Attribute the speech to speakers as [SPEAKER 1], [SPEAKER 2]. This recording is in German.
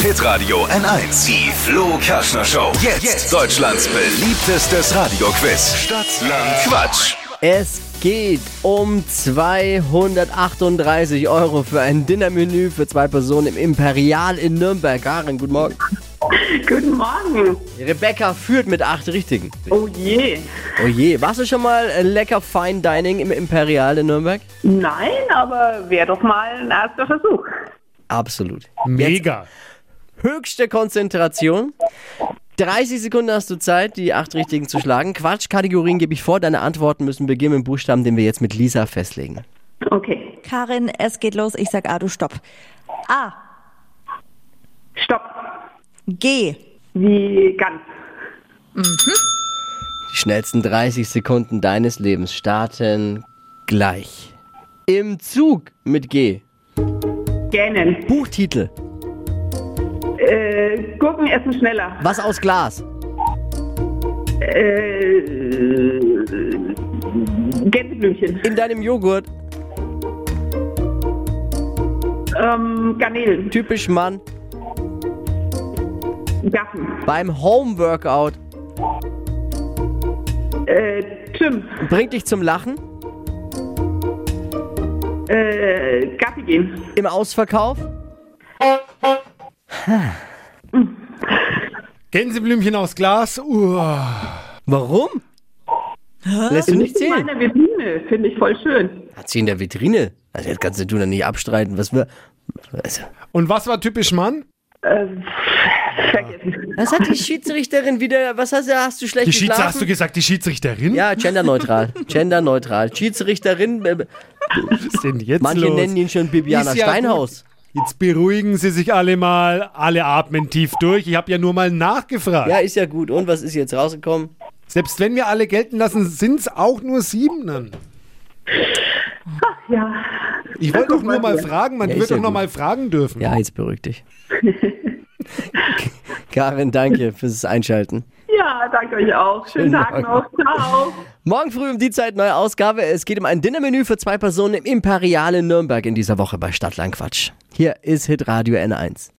[SPEAKER 1] Hitradio N1. Die Flo Kaschner Show. Jetzt. Deutschlands beliebtestes Radioquiz. Stadt, Land, Quatsch.
[SPEAKER 2] Es geht um 238 Euro für ein Dinnermenü für zwei Personen im Imperial in Nürnberg. Karin, guten Morgen.
[SPEAKER 3] Guten Morgen.
[SPEAKER 2] Rebecca führt mit acht Richtigen.
[SPEAKER 3] Oh je.
[SPEAKER 2] Oh je, warst du schon mal äh, lecker Fine Dining im Imperial in Nürnberg?
[SPEAKER 3] Nein, aber wäre doch mal ein erster Versuch.
[SPEAKER 2] Absolut.
[SPEAKER 4] Mega.
[SPEAKER 2] Höchste Konzentration. 30 Sekunden hast du Zeit, die acht Richtigen zu schlagen. Quatschkategorien gebe ich vor. Deine Antworten müssen beginnen mit Buchstaben, den wir jetzt mit Lisa festlegen.
[SPEAKER 3] Okay.
[SPEAKER 5] Karin, es geht los. Ich sag A, du stopp. A,
[SPEAKER 3] Stopp.
[SPEAKER 5] G,
[SPEAKER 3] Wie ganz.
[SPEAKER 2] Die schnellsten 30 Sekunden deines Lebens starten gleich. Im Zug mit G.
[SPEAKER 3] Gähnen.
[SPEAKER 2] Buchtitel.
[SPEAKER 3] Äh, Gurken essen schneller.
[SPEAKER 2] Was aus Glas?
[SPEAKER 3] Äh, Gänseblümchen.
[SPEAKER 2] In deinem Joghurt.
[SPEAKER 3] Ähm, Garnelen.
[SPEAKER 2] Typisch Mann.
[SPEAKER 3] Gaffen.
[SPEAKER 2] Beim Homeworkout.
[SPEAKER 3] Äh, Jim.
[SPEAKER 2] Bringt dich zum Lachen.
[SPEAKER 3] Äh, Gaffi gehen.
[SPEAKER 2] Im Ausverkauf.
[SPEAKER 4] Gänseblümchen aus Glas. Uah.
[SPEAKER 2] Warum? Lässt du nicht zählen.
[SPEAKER 3] Meine Vitrine finde ich voll schön.
[SPEAKER 2] Hat sie in der Vitrine. Also jetzt kannst du dann nicht abstreiten, was wir. Also,
[SPEAKER 4] Und was war typisch Mann?
[SPEAKER 3] Äh, vergessen.
[SPEAKER 2] was hat die Schiedsrichterin wieder? Was hast du? Hast du schlecht
[SPEAKER 4] Die Schieds
[SPEAKER 2] geschlafen?
[SPEAKER 4] hast du gesagt, die Schiedsrichterin?
[SPEAKER 2] ja, genderneutral. genderneutral. Schiedsrichterin, äh,
[SPEAKER 4] Was ist denn jetzt
[SPEAKER 2] manche
[SPEAKER 4] los?
[SPEAKER 2] nennen ihn schon Bibiana
[SPEAKER 4] Ist ja
[SPEAKER 2] Steinhaus.
[SPEAKER 4] Jetzt beruhigen Sie sich alle mal. Alle atmen tief durch. Ich habe ja nur mal nachgefragt.
[SPEAKER 2] Ja, ist ja gut. Und was ist jetzt rausgekommen?
[SPEAKER 4] Selbst wenn wir alle gelten lassen, sind es auch nur sieben dann.
[SPEAKER 3] Ja.
[SPEAKER 4] Ich wollte doch nur mal fragen. Man
[SPEAKER 2] Ja, ist
[SPEAKER 4] wird
[SPEAKER 2] ja
[SPEAKER 4] doch noch
[SPEAKER 2] gut.
[SPEAKER 4] mal fragen dürfen.
[SPEAKER 2] Ja, jetzt beruhig dich. Karin, danke fürs Einschalten.
[SPEAKER 3] Ja, danke euch auch. Schönen
[SPEAKER 2] Schönen
[SPEAKER 3] Tag noch.
[SPEAKER 2] Morgen.
[SPEAKER 3] Ciao.
[SPEAKER 2] Morgen früh um die Zeit neue Ausgabe. Es geht um ein Dinnermenü für zwei Personen im Imperial in Nürnberg in dieser Woche bei Stadtlandquatsch. Hier ist Hitradio N1.